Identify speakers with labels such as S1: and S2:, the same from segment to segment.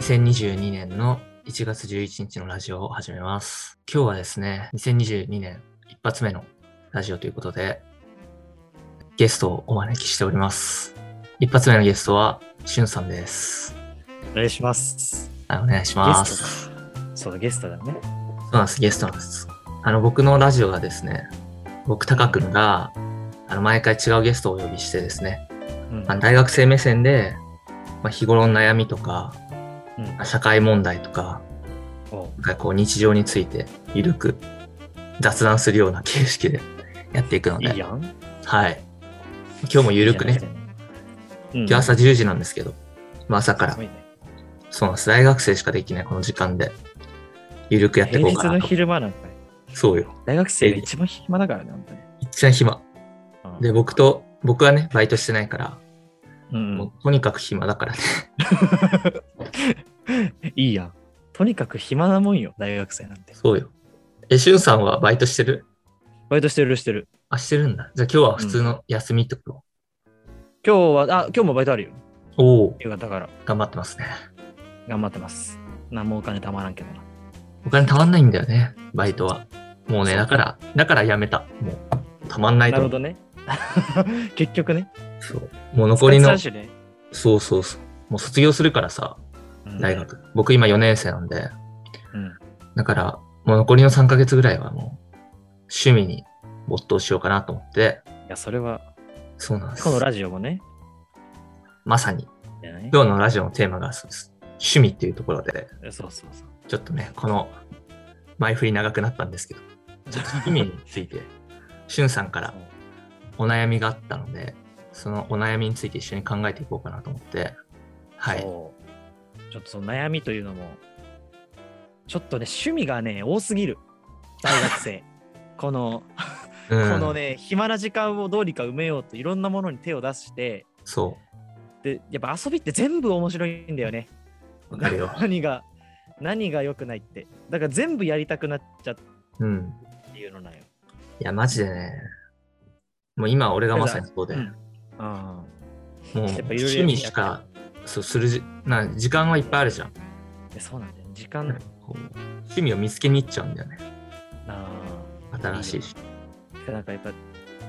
S1: 2022年の1月11日のラジオを始めます。今日はですね、2022年一発目のラジオということで、ゲストをお招きしております。一発目のゲストは、しゅんさんです。
S2: お願いします。
S1: はい、お願いし
S2: ゲ
S1: ます。そ
S2: ストだ。そうだ、ゲストだね。
S1: うなんです、ゲストなんです。あの、僕のラジオがですね、僕、高くんが、あの、毎回違うゲストをお呼びしてですね、
S2: うん
S1: まあ、大学生目線で、まあ、日頃の悩みとか、
S2: うん
S1: まあ社会問題とか、
S2: おう
S1: なんかこう日常についてゆるく雑談するような形式でやっていくので、
S2: いいやん。
S1: はい。今日もゆるく
S2: いい
S1: ね、
S2: やん。
S1: 今日朝10時なんですけど、まあ、朝か、
S2: から
S1: そうなんです。大学生しかできないこの時間で、ゆるくやっていこ
S2: 平
S1: う
S2: 日
S1: か
S2: の
S1: なと。
S2: 昼間なんか、
S1: そうよ。
S2: 大学生が一番暇だからね、本
S1: 一番暇。
S2: 当に。
S1: で、僕と、僕はね、バイトしてないから、
S2: うん、う
S1: も
S2: ん
S1: うとにかく暇だからね。
S2: いいやん。とにかく暇なもんよ、大学生なんて。
S1: そうよ。え、しゅんさんはバイトしてる
S2: バイトしてるしてる。
S1: あ、してるんだ。じゃあ今日は普通の休みってこと、
S2: 今日は、あ、今日もバイトあるよ。
S1: おお
S2: 夕方から。
S1: 頑張ってますね。
S2: 頑張ってます。何もお金たまらんけどな。
S1: お金たまんないんだよね、バイトは。もうね、
S2: そう
S1: だから、だからやめた。もう、たまんない
S2: な
S1: と
S2: る
S1: 思
S2: ほ
S1: う。
S2: どね。結局ね。
S1: そうもう残りの、
S2: スタッフさんしね
S1: そうそうそう。もう卒業するからさ、
S2: うん
S1: 大学。僕今4年生なんで、
S2: うん。
S1: だから、もう残りの3ヶ月ぐらいはもう、趣味に没頭しようかなと思って、
S2: いや、それは、
S1: そうなんです
S2: こ。のラジオもね。
S1: まさに、
S2: じゃない
S1: 今日のラジオのテーマがそうです。趣味っていうところで、
S2: そうそうそう。
S1: ちょっとね、この、前振り長くなったんですけど、ちょっと趣味につ いて、しゅんさんからお悩みがあったので、そのお悩みについて一緒に考えていこうかなと思って、はい。
S2: そうちょっとその悩みというのも、ちょっとね、趣味がね、多すぎる。大学生。 この、
S1: こ
S2: この、ね、暇な時間をどうにか埋めようといろんなものに手を出して、
S1: そ
S2: で、やっぱ遊びって全部面白いんだよね。。
S1: う、わかるよ
S2: 何が、何が良くないって。だから全部やりたくなっちゃう
S1: うん。
S2: っていうのなんよ。
S1: いや、マジでね、もう今俺がまさにそうで、
S2: う
S1: も
S2: んあ
S1: う
S2: やっぱいろいろ
S1: 趣味しか、そうするじ、な時間はいっぱいあるじゃん。
S2: あ、そうなんだよ、ね。時間、
S1: こう趣味を見つけに行っちゃうんだよね。
S2: あ
S1: 新しいし。
S2: あ、なんかやっぱ、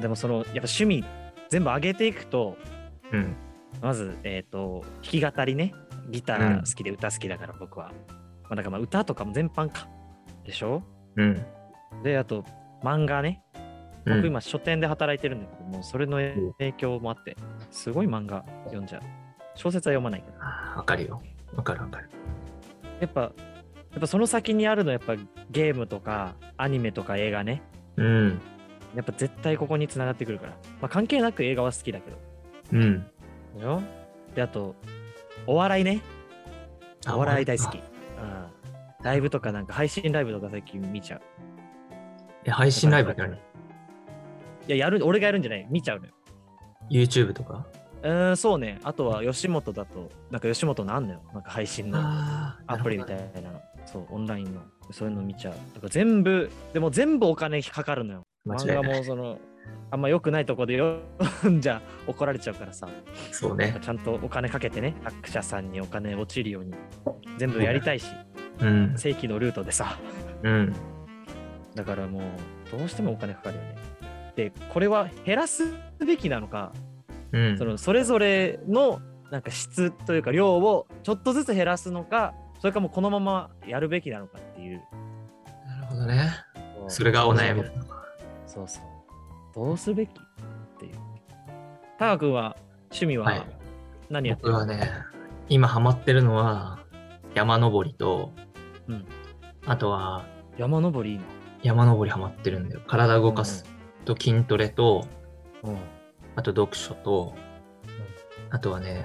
S2: でもその、やっぱ趣味全部上げていくと、
S1: うん。
S2: まず、えっ、と、弾き語りね。ギター好きで歌好きだから、僕は。まあ、だからまあ歌とかも全般か。でしょ
S1: うん。
S2: で、あと、漫画ね。
S1: う
S2: 僕
S1: ん、
S2: 今、書店で働いてるんだけど、もうそれの
S1: ん
S2: 影響もあって、すごい漫画読んじゃう。小説は読まないけど。
S1: あーわかるよ。わかるわかる。
S2: やっぱ、やっぱその先にあるのはやっぱゲームとかアニメとか映画ね。
S1: うん。
S2: やっぱ絶対ここに繋がってくるから。まあ関係なく映画は好きだけど。
S1: うん。
S2: でしょで、あと、お笑いね。お笑い大好き。。うんライブとかなんか配信ライブとか最近見ちゃう。
S1: え、配信ライブって何
S2: いや、やる、俺がやるんじゃない見ちゃうのよ。
S1: ?YouTube とか
S2: うーん、そうね。あとは吉本だと、なんか吉本のあんのよ。なんか配信の
S1: あー
S2: アプリみた
S1: ないる
S2: なの。そう、オンラインの。そういうの見ちゃう。だから全部、でも全部お金かかるのよ。
S1: ほど
S2: 漫
S1: ね。間違
S2: 画
S1: いない。
S2: もその、あんま良くないとこで読んじ ゃ怒られちゃうからさ。
S1: そうね。
S2: ちゃんとお金かけてね、作者さんにお金落ちるように。全部やりたいし、
S1: うん。
S2: 正規のルートでさ。
S1: うん。
S2: だからもう、どうしてもお金かかるよね。で、これは減らすべきなのか、
S1: うん。
S2: そのそれぞれのなんか質というか量をちょっとずつ減らすのか、それかもうこのままやるべきなのかっていう。
S1: なるほどね。それがお悩みだ。
S2: そうそう。どうすべきっていう。タカ君は趣味
S1: は
S2: はい何やって
S1: 僕
S2: る、
S1: はね、今ハマってるのは山登りと、
S2: うん
S1: あとは
S2: 山登りいいの
S1: 山登りハマってるんだよ。体動かすと筋トレと、
S2: うん。
S1: あと読書と、あとはね、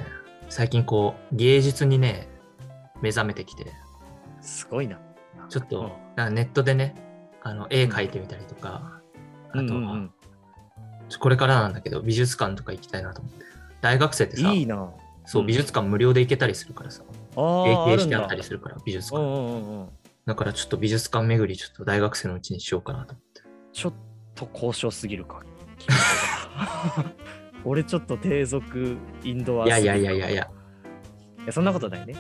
S1: 最近こう芸術にね、目覚めてきて、
S2: すごいな。
S1: ちょっとなんかネットでね、あの絵描いてみたりとか、
S2: うん、
S1: あとは、
S2: うんうん
S1: これからなんだけど美術館とか行きたいなと思って。大学生って
S2: うん
S1: さ、
S2: いいな。
S1: そう
S2: うん
S1: 美術館無料で行けたりするからさ、
S2: ああ
S1: 提、
S2: あ
S1: 携
S2: る
S1: し
S2: ん
S1: てあ
S2: だ
S1: ったりするから、美術
S2: う
S1: 館。
S2: んうんうんうん。
S1: だからちょっと美術館巡り、ちょっと大学生のうちにしようかなと思って。
S2: ちょっと交渉すぎるか。 君は俺ちょっと低俗インドア
S1: いやいやいやいやいや、
S2: いやそんなことないね。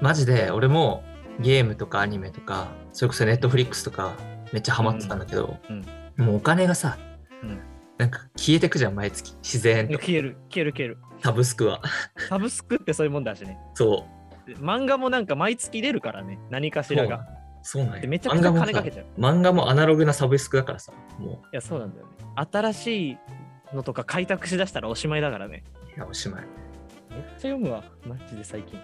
S1: マジで俺もゲームとかアニメとかそれこそネットフリックスとかめっちゃハマってたんだけど、
S2: うん
S1: もうお金がさ、
S2: うん
S1: なんか消えてくじゃん毎月自然と
S2: 消える、消える、消える。
S1: サブスクは
S2: サブスクってそういうもんだしね。
S1: そ
S2: で漫画もなんか毎月出るからね、何か
S1: う
S2: しらが。
S1: そうなん
S2: で
S1: や
S2: めちゃくちゃ金かけちゃう。
S1: 漫画もアナログなサブスクだからさも
S2: いや、そうなんだよね。新しいのとか開拓しだしたらおしまいだからね。
S1: ういやおしまい
S2: めっちゃ読むわ、マジで最近。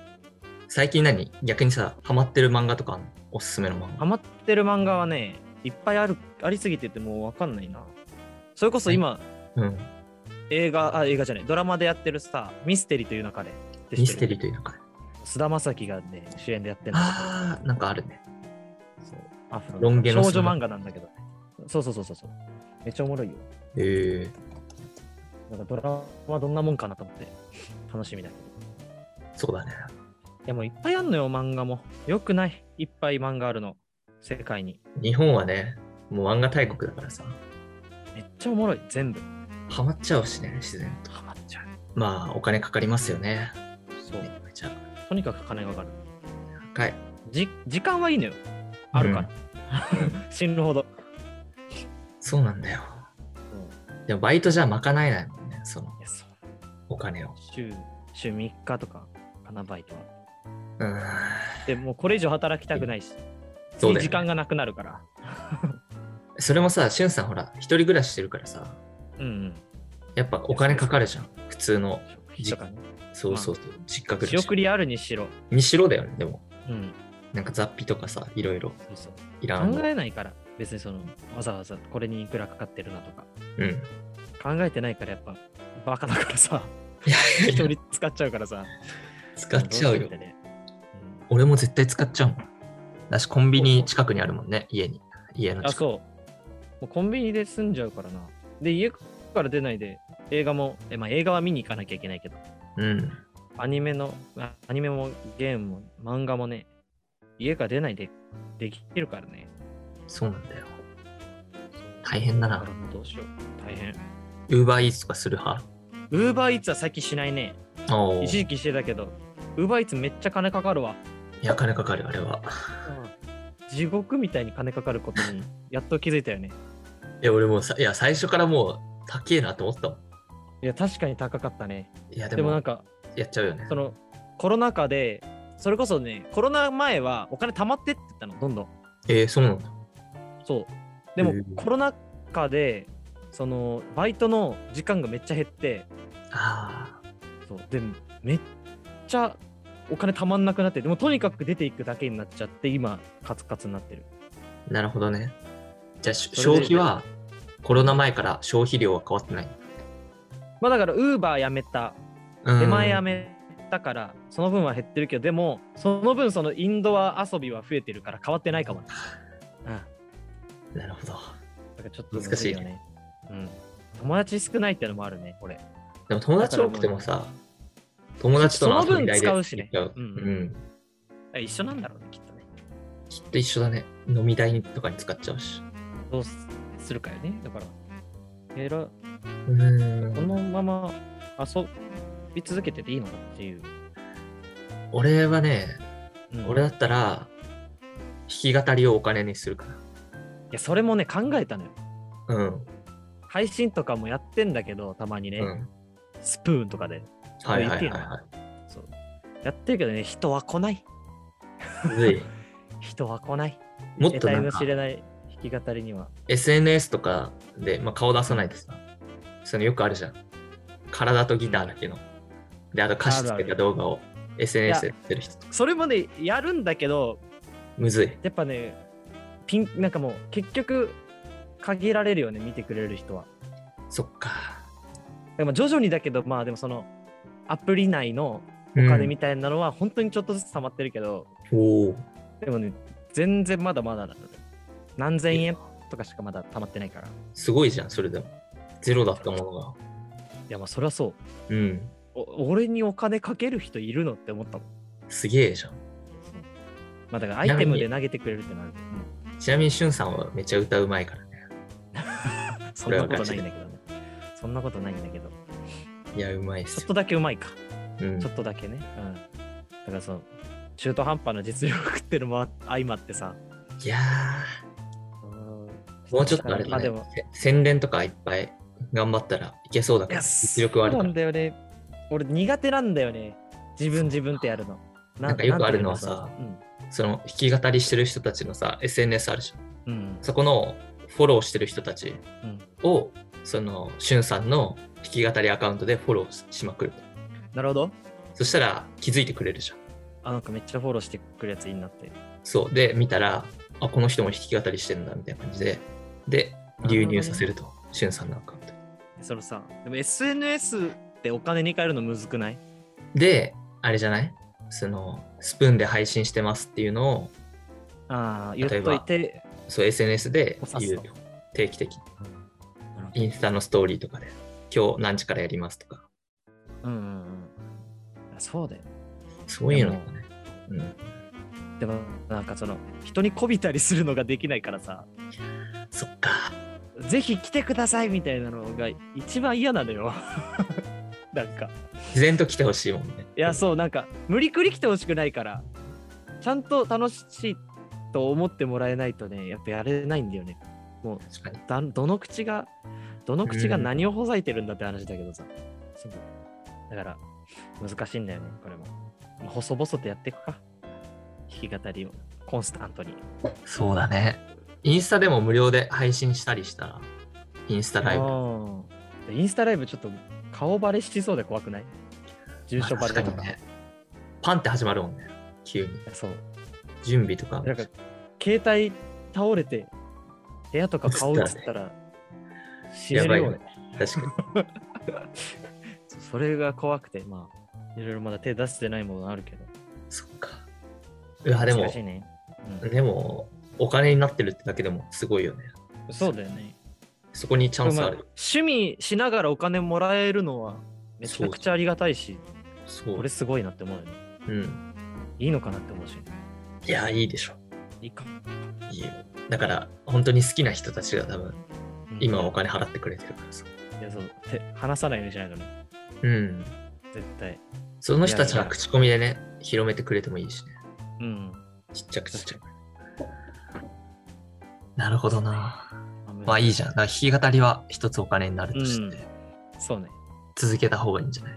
S1: 最近何逆にさハマってる漫画とかあんのおすすめの漫
S2: ハ
S1: 画
S2: マってる漫画はね、いっぱいあるありすぎててもうわかんないな。それこそ今、
S1: うん
S2: 映画、あ、映画じゃない、ドラマでやってるさ、ミステリーという中で。
S1: ミステリー
S2: ー。
S1: という中で
S2: 菅田将暉がね、主演でやってるの
S1: ああなんかあるね
S2: そうアフロ
S1: ロン毛の
S2: 少女
S1: 砂
S2: 漫画なんだけどね。そうそうそうそうそう。めっちゃおもろいよ。
S1: ええ
S2: なんかドラマどんなもんかなと思って、楽しみだけど。
S1: そうだね
S2: いやもういっぱいあんのよ、漫画も。よくない。いっぱい漫画あるの。世界に。
S1: 日本はねもう漫画大国だからさ
S2: めっちゃおもろい、全部。
S1: ハマっちゃうしね自然と
S2: ハマっちゃう。
S1: まあお金かかりますよね
S2: そう
S1: め。ちゃめちゃ
S2: とにかく金がかかる。
S1: 高い
S2: じ時間はいいのよ。あるから。 死ぬほど。
S1: そうなんだよ
S2: うんい
S1: でもバイトじゃ賄えないもんねその
S2: やそう
S1: お金を
S2: 週、週3日とか、かな、バイトは。
S1: うーん
S2: でもうこれ以上働きたくないし、
S1: そうだよね
S2: 時間がなくなるから。
S1: それもさしゅんさんほら一人暮らししてるからさ
S2: うんうん。
S1: やっぱお金かかるじゃん普通の
S2: 食費とかね。
S1: そうそうそう実家暮
S2: 仕
S1: らし
S2: 送りあるにしろ。
S1: にしろだよねでも
S2: うん。
S1: なんか雑費とかさいろいろ
S2: そうそう
S1: いらんも
S2: 考
S1: ん
S2: えないから、別にその、わざわざこれにいくらかかってるなとか。
S1: うん
S2: 考えてないからやっぱ、バカだか らさ、
S1: いや
S2: 一
S1: いやいや
S2: 人使っちゃうからさ。
S1: 使っちゃう
S2: ど
S1: よ
S2: しみたいねうん
S1: 俺も絶対使っちゃうもんだしコンビニ近くにあるもんね家に家の
S2: あ、
S1: 近く
S2: そう。もうコンビニで済んじゃうからな。で、家から出ないで、映画も、えまあ、映画は見に行かなきゃいけないけど、
S1: うん
S2: アニメの、あアニメもゲームも漫画もね、家から出ないでできるからね。
S1: そうなんだよ大変だ
S2: だ
S1: な
S2: からもうどうしよう。大変。
S1: ウーバーイーツとかする派
S2: ウーバーイーツは最近しないね。
S1: おお
S2: 一時期してたけど、ウーバーイーツめっちゃ金かかるわ。
S1: いや金かかるあれは
S2: 地獄みたいに金かかることに、やっと気づいたよね。
S1: いや俺もさいや最初からもう高えなと思ったもん
S2: いや、確かに高かったね。
S1: いやで
S2: で
S1: も
S2: もなんか、
S1: やっちゃうよね
S2: そのコロナ禍でそれこそねコロナ前はお金貯まってって言ったのどんどん
S1: えー、そうなんだ
S2: そうでも
S1: へえ
S2: コロナ禍でそのバイトの時間がめっちゃ減って
S1: あ
S2: そうでめっちゃお金貯まんなくなってでもとにかく出ていくだけになっちゃって今カツカツになってる
S1: あなるほどねじゃあし
S2: それ
S1: 消
S2: で
S1: 費はコロナ前から消費量は変わってない
S2: まあだからウーバーやめた
S1: うん
S2: 出前やめたからその分は減ってるけどでもその分そのインドア遊びは増えてるから変わってないかもねうん
S1: なるほど
S2: だからちょっと
S1: 難しい
S2: よね。うん。友達少ないってのもあるね、これ。
S1: でも友達多くてもさ友達との遊び代で
S2: その分使うしね
S1: 行っちゃう
S2: う
S1: うんん、
S2: 一緒なんだろうね、きっとね。
S1: きっと一緒だね飲み代とかに使っちゃうし
S2: どうすするかよね。だから、えら
S1: うーん
S2: このまま遊び続けてていいのかっていう。
S1: 俺はね
S2: うん
S1: 俺
S2: い
S1: だったら弾き語りをお金にするか
S2: や、それもね、考えたのよ。
S1: らうん
S2: 配信とかもやってんだけど、たまにね、
S1: うん
S2: スプーンとかで。
S1: はいはいはい
S2: 言っていいの
S1: は
S2: そうやってるけどね、人は来ない。
S1: いむ ずい
S2: 人は来ない。
S1: もっと
S2: 得
S1: な
S2: 体
S1: ん
S2: の
S1: か
S2: 知れない弾き語りには。
S1: SNS とかで、まあ、顔出さないでさそのよくあるじゃん体とギターだけのであと歌詞つけた動画を SNS でやってる人とか
S2: それもね、やるんだけど、
S1: むずい
S2: やっぱねピンなんかもう結局限られるよね見てくれる人は
S1: そっか
S2: でも徐々にだけどまあでもそのアプリ内の
S1: お
S2: お金みたいなのは本当にちょっとずつ溜まってるけど、
S1: おー
S2: でもね全然まだまだなのよ何千円とかしかまだ溜まってないからい
S1: すごいじゃんそれでもゼロだったものが
S2: やまあそりゃそう
S1: うん
S2: お俺にお金かける人いるのって思ったもん
S1: すげえじゃん
S2: まあだからアイテムで投げてくれるってなる
S1: ちなみにしゅんさんはめっちゃ歌うまいからね
S2: うんそんなことないんだけどねそんなことないんだけど
S1: いやうまいっ
S2: ち
S1: す
S2: ょっ
S1: よ
S2: とだけうまいか
S1: うん
S2: ちょっとだけね。うん。だからその、中途半端な実力っていうのも相まってさ。
S1: いやー、もうちょっとあれ
S2: ま
S1: だ
S2: あで
S1: ね
S2: も、
S1: せ洗練とかいっぱい頑張ったらいけそうだ
S2: い
S1: か
S2: や、
S1: ら、実力はある
S2: そう
S1: か
S2: な
S1: ら。
S2: んだよね。俺苦手なんだよね。自分自分ってやるの。
S1: なんかよくあるのはさ
S2: なんていうの
S1: その弾き語りしてる人たちのさ、SNS あるじゃん。
S2: うん。うん。
S1: そこのフォローしてる人たち
S2: うん
S1: を、その、しゅんさんの弾き語りアカウントでフォローししまくる。
S2: なるほど。
S1: そしたら気づいてくれるじゃん。
S2: あ、なんかめっちゃフォローしてくるやついいなって。
S1: そう。で、見たら、あ、この人も弾き語りしてんだみたいな感じで、で、流入させると、しゅんさんのアカウント。
S2: そのさ、でも SNS ってお金に換えるのむずくない
S1: で、あれじゃないその、スプーンで配信してますっていうのを、
S2: ああ、言
S1: 例
S2: っ
S1: えば
S2: といて、
S1: そう SNS で
S2: そう
S1: 言う
S2: そう
S1: よ定期的に
S2: なるほど
S1: インスタのストーリーとかで今日何時からやりますとか
S2: うんうんうん。そうだよ。
S1: そういうのとかねうん
S2: でもなんかその人に媚びたりするのができないからさ、
S1: そっか
S2: ぜひ来てくださいみたいなのが一番嫌なのよ。 なんか、
S1: 自然と来てほしいもんね
S2: いやそうなんか無理くり来てほしくないから、ちゃんと楽しいと思ってもらえないとね、やっぱやれないんだよね。
S1: 確かに
S2: だどの口が、どの口が
S1: うん
S2: 何をほざいてるんだって話だけどさ。そうだから難しいんだよね、これも。まあ細々とやっていくか。弾き語りをコンスタントに。
S1: そうだねインスタでも無料で配信したりしたらインスタライブ
S2: ブ。インスタライブちょっと顔バレしそうで怖くない住所バレと
S1: 確
S2: か。
S1: かにねパンって始まるもんね急に
S2: そう。
S1: 準備とか
S2: なんか、携帯倒れて、部屋とか顔映ったら、死ねるよ
S1: やばい
S2: ね
S1: よ。確か
S2: そうそれが怖くて、まあ、いろいろまだ手出してないものあるけど。
S1: にそっかうわでも
S2: 難しいねうん
S1: でもお金になってるってだけでもすごいよね
S2: そうだよね。
S1: そこにチャンス
S2: まあ
S1: ある
S2: 趣味しながらお金もらえるのは、めちゃくちゃありがたいし、
S1: そ
S2: こ
S1: う
S2: れすごいなって思うよね。
S1: うん
S2: いいのかなって思うし、
S1: いやいいでしょ
S2: いいか。
S1: いいよだから本当に好きな人たちが多分
S2: うん
S1: 今はお金払ってくれてるからさ
S2: いや、そう、手話さないようにしないとね、
S1: うん
S2: 絶対。
S1: その人たちが口コミでね広めてくれてもいいしね
S2: うん。
S1: ちっちゃくちっちゃくなるほどなまあいいじゃんだから弾き語りは一つお金になるとして、
S2: うんそうね。
S1: 続けた方がいいんじゃない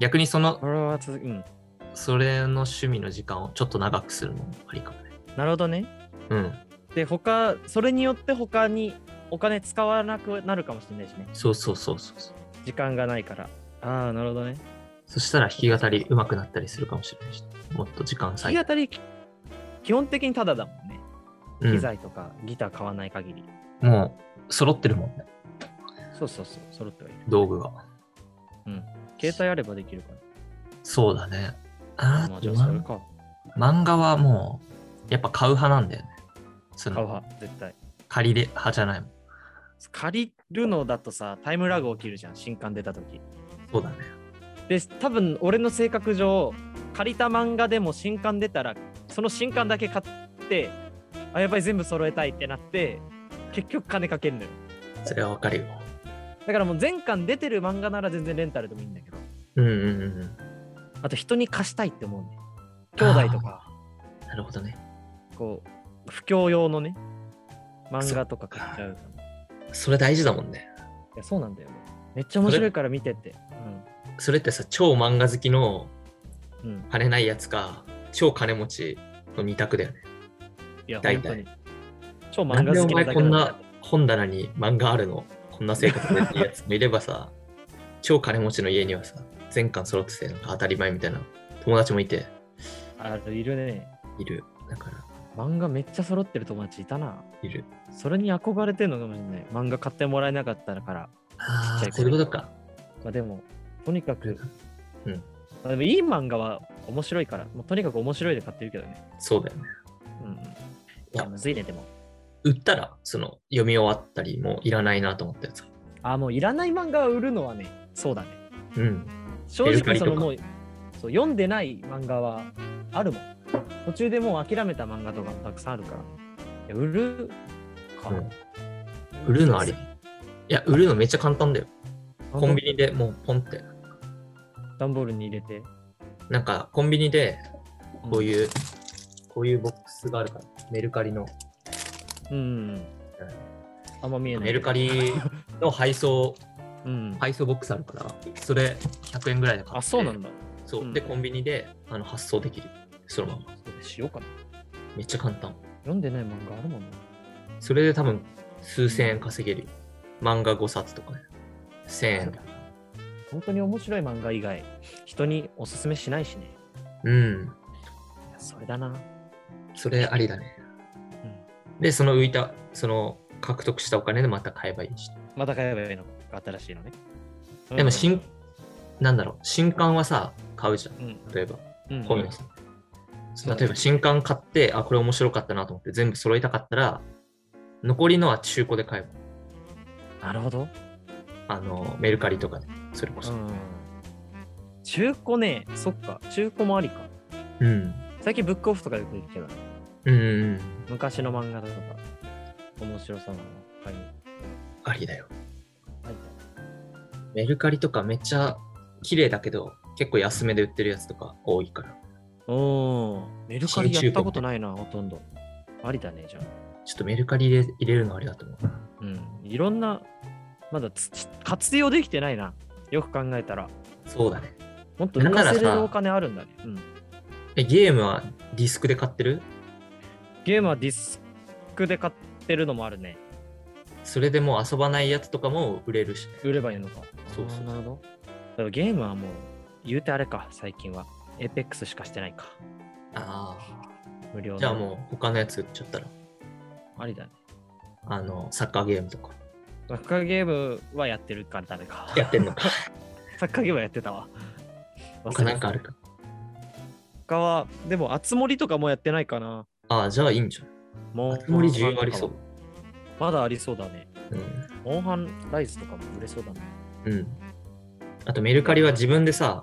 S1: 逆にその
S2: これは続く。うん。
S1: それの趣味の時間をちょっと長くするのもありかもね
S2: なるほどね。
S1: うん
S2: で、他、それによって他にお金使わなくなるかもしれないしね。
S1: そうそうそうそうそう
S2: 時間がないから。ああ、なるほどね。
S1: そしたら弾き語り上手くなったりするかもしれないしもっと時間
S2: 弾
S1: 割い
S2: き
S1: て
S2: 語り、基本的にタダだもんね。
S1: う
S2: 機
S1: ん
S2: 材とかギター買わない限り。
S1: もう揃ってるもんね
S2: そうそうそう、揃ってはいる。
S1: 道具が
S2: 携帯あればできるか
S1: そうだね。
S2: ら。
S1: あ
S2: ま
S1: ー
S2: あ、じゃ
S1: と
S2: あそれか。
S1: 漫画はもう、やっぱ買う派なんだよね。そ
S2: 買う
S1: の、
S2: 派、絶対。
S1: 借りれ派じゃないもん。
S2: 借りるのだとさ、タイムラグ起きるじゃん、新刊出た時。
S1: そうだね。
S2: で多分俺の性格上借りた漫画でも新刊出たらその新刊だけ買ってあやばい全部揃えたいってなって結局金かけんのよ
S1: それはわかるよ。
S2: だからもう全巻出てる漫画なら全然レンタルでもいいんだけど
S1: うんうんうんうん。
S2: あと人に貸したいって思うね兄弟とか
S1: なるほどね。
S2: こう不況用のね漫画とか買っちゃうから
S1: それ大事だもんね。
S2: いやそうなんだよねめっちゃ面白いから見てって
S1: それってさ、超漫画好きの
S2: うんうん
S1: 金ないやつか、超金持ちの二択だよね。
S2: いや
S1: 大
S2: 本
S1: 体
S2: 当に超
S1: な
S2: 漫
S1: んで
S2: 画
S1: お
S2: 好きな
S1: 前
S2: だ
S1: こ
S2: け
S1: ん
S2: だ
S1: な本棚に漫画あるのこんな生活でってやつもいれば さ、超金持ちの家にはさ、全巻揃ってて、なんか当たり前みたいな友達もいて、
S2: あいるね
S1: いる。だから、
S2: 漫画めっちゃ揃ってる友達いたない
S1: る。
S2: それに憧れてるのかもしれない。漫画買ってもらえなかったから。
S1: ああ、
S2: ちっちゃい頃
S1: そういうことか。
S2: まあでも、とにかく、
S1: うん
S2: まあでもいい漫画は面白いから、もうとにかく面白いで買ってるけどね。
S1: そうだよね。
S2: うん。い
S1: いや
S2: や、むずいね、でも。
S1: 売ったら、その、読み終わったり、もういらないなと思ったやつ。
S2: あ、もういらない漫画を売るのはね、そうだね。
S1: うん。
S2: 正
S1: メルカ
S2: 直、
S1: リ
S2: そ
S1: とか
S2: のもうそう、読んでない漫画はあるもん。途中でもう諦めた漫画とかもたくさんあるから。いや売るか、
S1: うん売るのあり。いや、売るのめっちゃ簡単だよ。コンビニでもうポンって。
S2: 段ボールに入れて。
S1: なんか、コンビニで、こういう、こういうボックスがあるから、メルカリの。
S2: うん。あんま見えない。
S1: メルカリの配送、
S2: うん。
S1: 配送ボックスあるから、それ100円ぐらいで買って。
S2: あ、そうなんだ。
S1: そう、
S2: うん
S1: で、コンビニであの発送できる。そのまま。
S2: しようかな。
S1: めっちゃ簡単。
S2: 読んでない漫画あるもんな。
S1: それで多分、数千円稼げるよ。漫画5冊とかね。1000円。
S2: 本当に面白い漫画以外、人におすすめしないしね。
S1: うん。
S2: いやそれだな。
S1: それありだね。で、その浮いた、その獲得したお金でまた買えばいいし。
S2: また買えばいいのか、新しいのね。
S1: でも新、なんだろう、新刊はさ、買うじゃん。
S2: うん、
S1: 例えば、
S2: うん、
S1: 本屋さん。例えば新刊買って、あ、これ面白かったなと思って全部揃えたかったら、残りのは中古で買え
S2: なるほど。
S1: ば。あの、メルカリとかで、それこ
S2: う
S1: そ。
S2: ん。中古ね、そっか、中古もありか。
S1: うん。
S2: 最近ブックオフとかでよく行くけど、
S1: うんうん。
S2: 昔の漫画だとか、面白さの買いに
S1: ありだよ。
S2: 入っ
S1: メルカリとかめっちゃ綺麗だけど、結構安めで売ってるやつとか多いから。
S2: た。うん。メルカリやったことないな、ほとんど。ありだね、じゃあ。
S1: ちょっとメルカリ入れ入れるのあれだと思う。
S2: うん。いろんな、まだつ活用できてないな。よく考えたら。
S1: そうだね。
S2: もっと
S1: なん
S2: 浮
S1: な
S2: から
S1: さ
S2: せれるお金あるんだね。うん。
S1: え、ゲームはディスクで買ってる
S2: ゲームはディスクで買ってるのもあるね。
S1: それでもう遊ばないやつとかも売れるし、ね。
S2: 売ればいいのか。
S1: そうそう
S2: あーなるほど。だからゲームはもう、言うてあれか、最近は。エペックスしかしてないか。
S1: あ
S2: 無料
S1: あ。
S2: の
S1: じゃあもう他のやつ売っちゃったら、
S2: ありだね。
S1: あの、サッカーゲームとか。
S2: サッカーゲームはやってるからダメか。
S1: やってんのか。
S2: サッカーゲームはやってたわ。
S1: 他なんかあるか。
S2: 他は、でも、あつ森とかもやってないかな。
S1: ああ、じゃあいいんじゃん。
S2: モ
S1: あ
S2: ン
S1: つ森需要ありそう。。
S2: まだありそうだね。
S1: うん。
S2: モンハンライズとかも売れそうだね。
S1: うん。あとメルカリは自分でさ、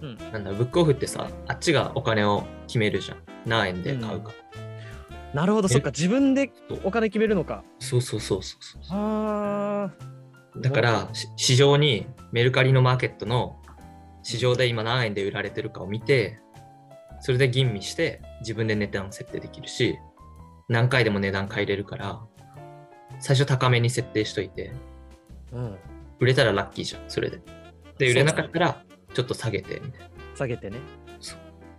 S2: うん
S1: なんだろうブックオフってさ、あっちがお金を決めるじゃん。何円で買うか。
S2: なるほど、そっか。自分で
S1: そう
S2: お金決めるのか。
S1: そうそうそうそうそう
S2: あー
S1: だから、し市場にメルカリのマーケットの市場で今何円で売られてるかを見て、それで吟味して自分で値段を設定できるし、何回でも値段変えれるから、最初高めに設定しといて、
S2: うん、
S1: 売れたらラッキーじゃん、それで。で、売れなかったらちょっと下げて、みたいな。
S2: 下げてね。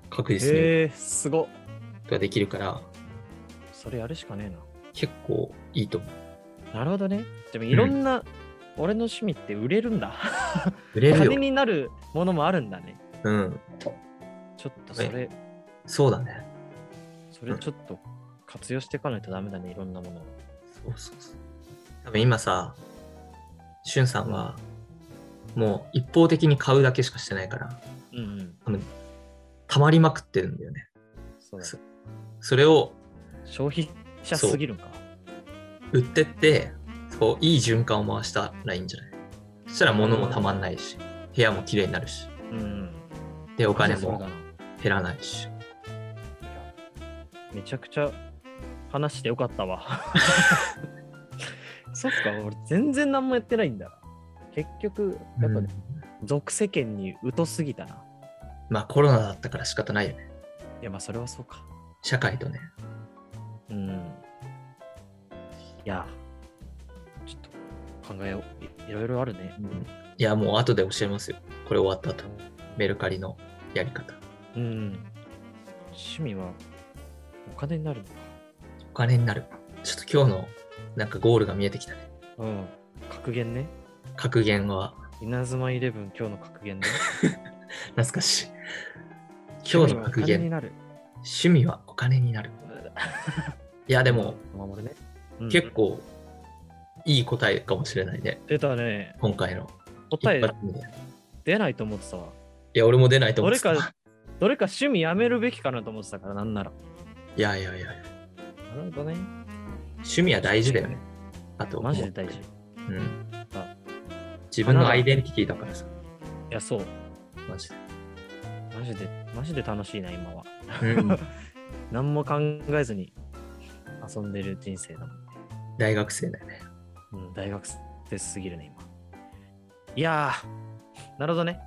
S1: 確実に売る
S2: えー、すごっ
S1: ことができるから、
S2: それやるしかねえ
S1: 結構いいと思う。
S2: な。なるほどね。でもいろんな、俺の趣味って売れるんだ。
S1: 売れ
S2: 金
S1: るよ。
S2: になるものもあるんだね。
S1: うん。
S2: ちょっとそれ、
S1: そうだね。
S2: それちょっと活用していかないとダメだね、いろんなものを。
S1: そうそうそう。多分今さ、しゅんさんは、もう一方的に買うだけしかしてないから、
S2: うんうん。
S1: 多分溜まりまくってるんだよね。
S2: そうだ
S1: そそれを
S2: 消費者すぎるんか。
S1: 売ってって、こういい循環を回したらいいんじゃないそしたら物も溜まんないし、部屋も綺麗になるし、
S2: うんうん。
S1: で、お金
S2: そう
S1: も
S2: だな
S1: 減らないし。
S2: いやめちゃくちゃ話してよかっ たわ。そっか、俺全然何もやってないんだ。結局、やっぱ、
S1: うん
S2: 俗世間に疎すぎたな。
S1: まあコロナだったから仕方ないよね。
S2: いや、まあそれはそうか。
S1: 社会とね。
S2: うん。いや、ちょっと考えよう。いいろいろあるね。
S1: いや、もう後で教えますよ。これ終わった後。メルカリのやり方。
S2: うん。趣味はお金になるのか。
S1: お金になる。ちょっと今日のなんかゴールが見えてきたね。
S2: うん。格言ね。
S1: 格言は
S2: 稲妻イレブン今日の格言ね。
S1: 懐かしい。 今日の格
S2: 趣
S1: 言、
S2: 味はお金になる。
S1: 趣味はお金になる。いや、でも
S2: 守るね。うん
S1: 結構いい答えかもしれないね。
S2: 出たね。
S1: 今回の一
S2: 答え
S1: 発目で。い
S2: 出ないと思ってたわ。
S1: や、俺も出ないと
S2: ど
S1: 思っ
S2: れ
S1: てた。
S2: か、どれか趣味やめるべきかなと思ってたから、なんなら。
S1: いやいやいや、
S2: なるほどね。
S1: 趣味は大事だよね。あと、
S2: マジで大事。い
S1: うん
S2: あ。
S1: 自分のアイデンティティだからさ。
S2: や、そう。
S1: マジで。
S2: マジで、マジで楽しいな、今は。
S1: うん
S2: 何も考えずに遊んでる人生だもん。
S1: 大学生だよね。
S2: うん、大学生すぎるね、今。いやー、なるほどね。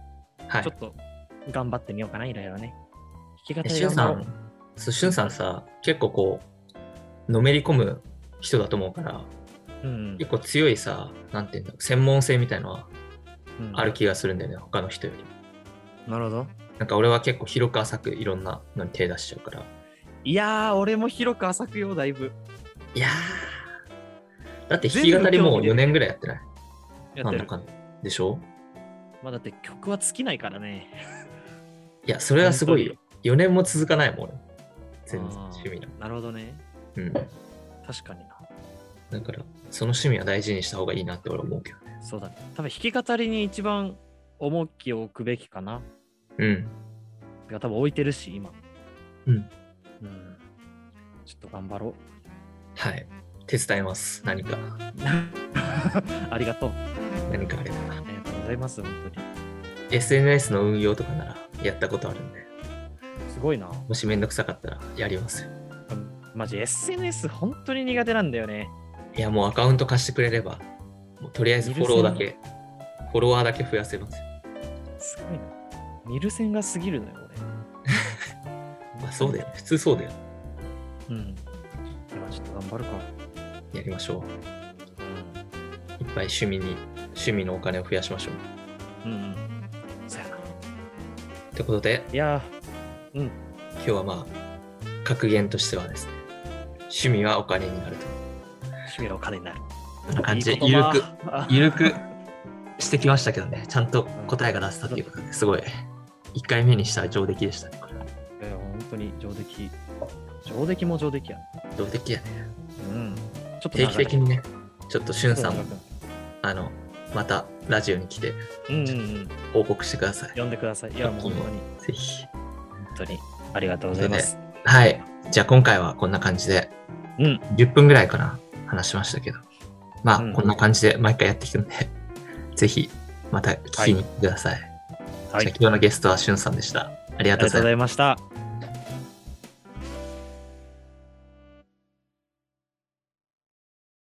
S1: はい
S2: ちょ。っと頑張ってみようかな、いろいろね。き語り
S1: しゅんさ、
S2: 頑張ろうん
S1: そうしゅんさんさ、結構こう、のめり込む人だと思うから、
S2: うん
S1: 結構強いさ、なんていうんだろう、専門性みたいのは
S2: うん
S1: ある気がするんだよね、他の人より。
S2: なるほど
S1: なんか俺は結構広く浅くいろんなのに手出しちゃうから。
S2: いやー俺も広く浅くよだいぶ
S1: いやー。だって弾き語りもう4年ぐらいやってない。
S2: や
S1: な
S2: っ
S1: ん
S2: て
S1: だ
S2: る
S1: かんだ。でしょ
S2: まあだって曲は尽きないからね
S1: いや、それはすごいよ。4年も続かないもん、俺。全然
S2: あー
S1: 趣味だ。
S2: なるほどね
S1: うん。
S2: 確かにな
S1: だから、その趣味は大事にした方がいいなって俺は思うけどね。
S2: そうだね多分弾き語りに一番重きを置くべきかな
S1: うん。
S2: が多分置いてるし今
S1: うん、
S2: うん、ちょっと頑張ろう
S1: はい。手伝います。何か、
S2: ありがとう。
S1: 何かあれば。
S2: ありがとうございます、本当
S1: SNS の運用とかならやったことあるんで、
S2: に。すごいな。
S1: もしめんどくさかったらやりますよ。
S2: マジ SNS 本当に苦手なんだよね。
S1: いや、もうアカウント貸してくれれば、もうとりあえずフォローだけ、フォロワーだけ増やせますよ。
S2: すごいな。見る線が過ぎるのよ、俺。
S1: まあそうだよ。。普通そうだよ。
S2: うん。ではちょっと頑張るか。
S1: やりましょ
S2: う
S1: う。いっぱい趣味に、趣味のお金を増やしましょう。
S2: ん。うん、うん。そうやな。
S1: ということで、
S2: いや
S1: 今日はまあ、格言としてはですね、趣味はお金になると。
S2: ー、趣味がお金になる。
S1: こんな感じで、
S2: いい
S1: ゆ
S2: 言
S1: る
S2: 葉
S1: く、
S2: あ
S1: ゆるくしてきましたけどね、ちゃんと答えが出せたっていうことですごい、1回目にしたら上出来でしたね、これは。
S2: いや、本当に上出来。上出来も上出来や。
S1: 上出来やね。
S2: うん。ちょっと
S1: 定期的にね、ちょっとしゅんさん
S2: も
S1: も、あの、またラジオに来て
S2: うんうんうん。
S1: 報告してください。
S2: 呼んでください。いや、もう本当に。
S1: ぜひ。
S2: 本当にありがとうございます。
S1: はい。じゃあ今回はこんな感じで、
S2: うん、
S1: 10分ぐらいかな、話しましたけど。まあ、
S2: うん
S1: こんな感じで毎回やっていくんで、 ぜひ、また聞きに来てください。
S2: はい、
S1: じ
S2: あ
S1: ゃ
S2: り
S1: あ今日のゲストはしゅんさんでした。ありが
S2: が
S1: と
S2: と
S1: う
S2: う
S1: ご
S2: ご
S1: ざいます
S2: ざ。いました。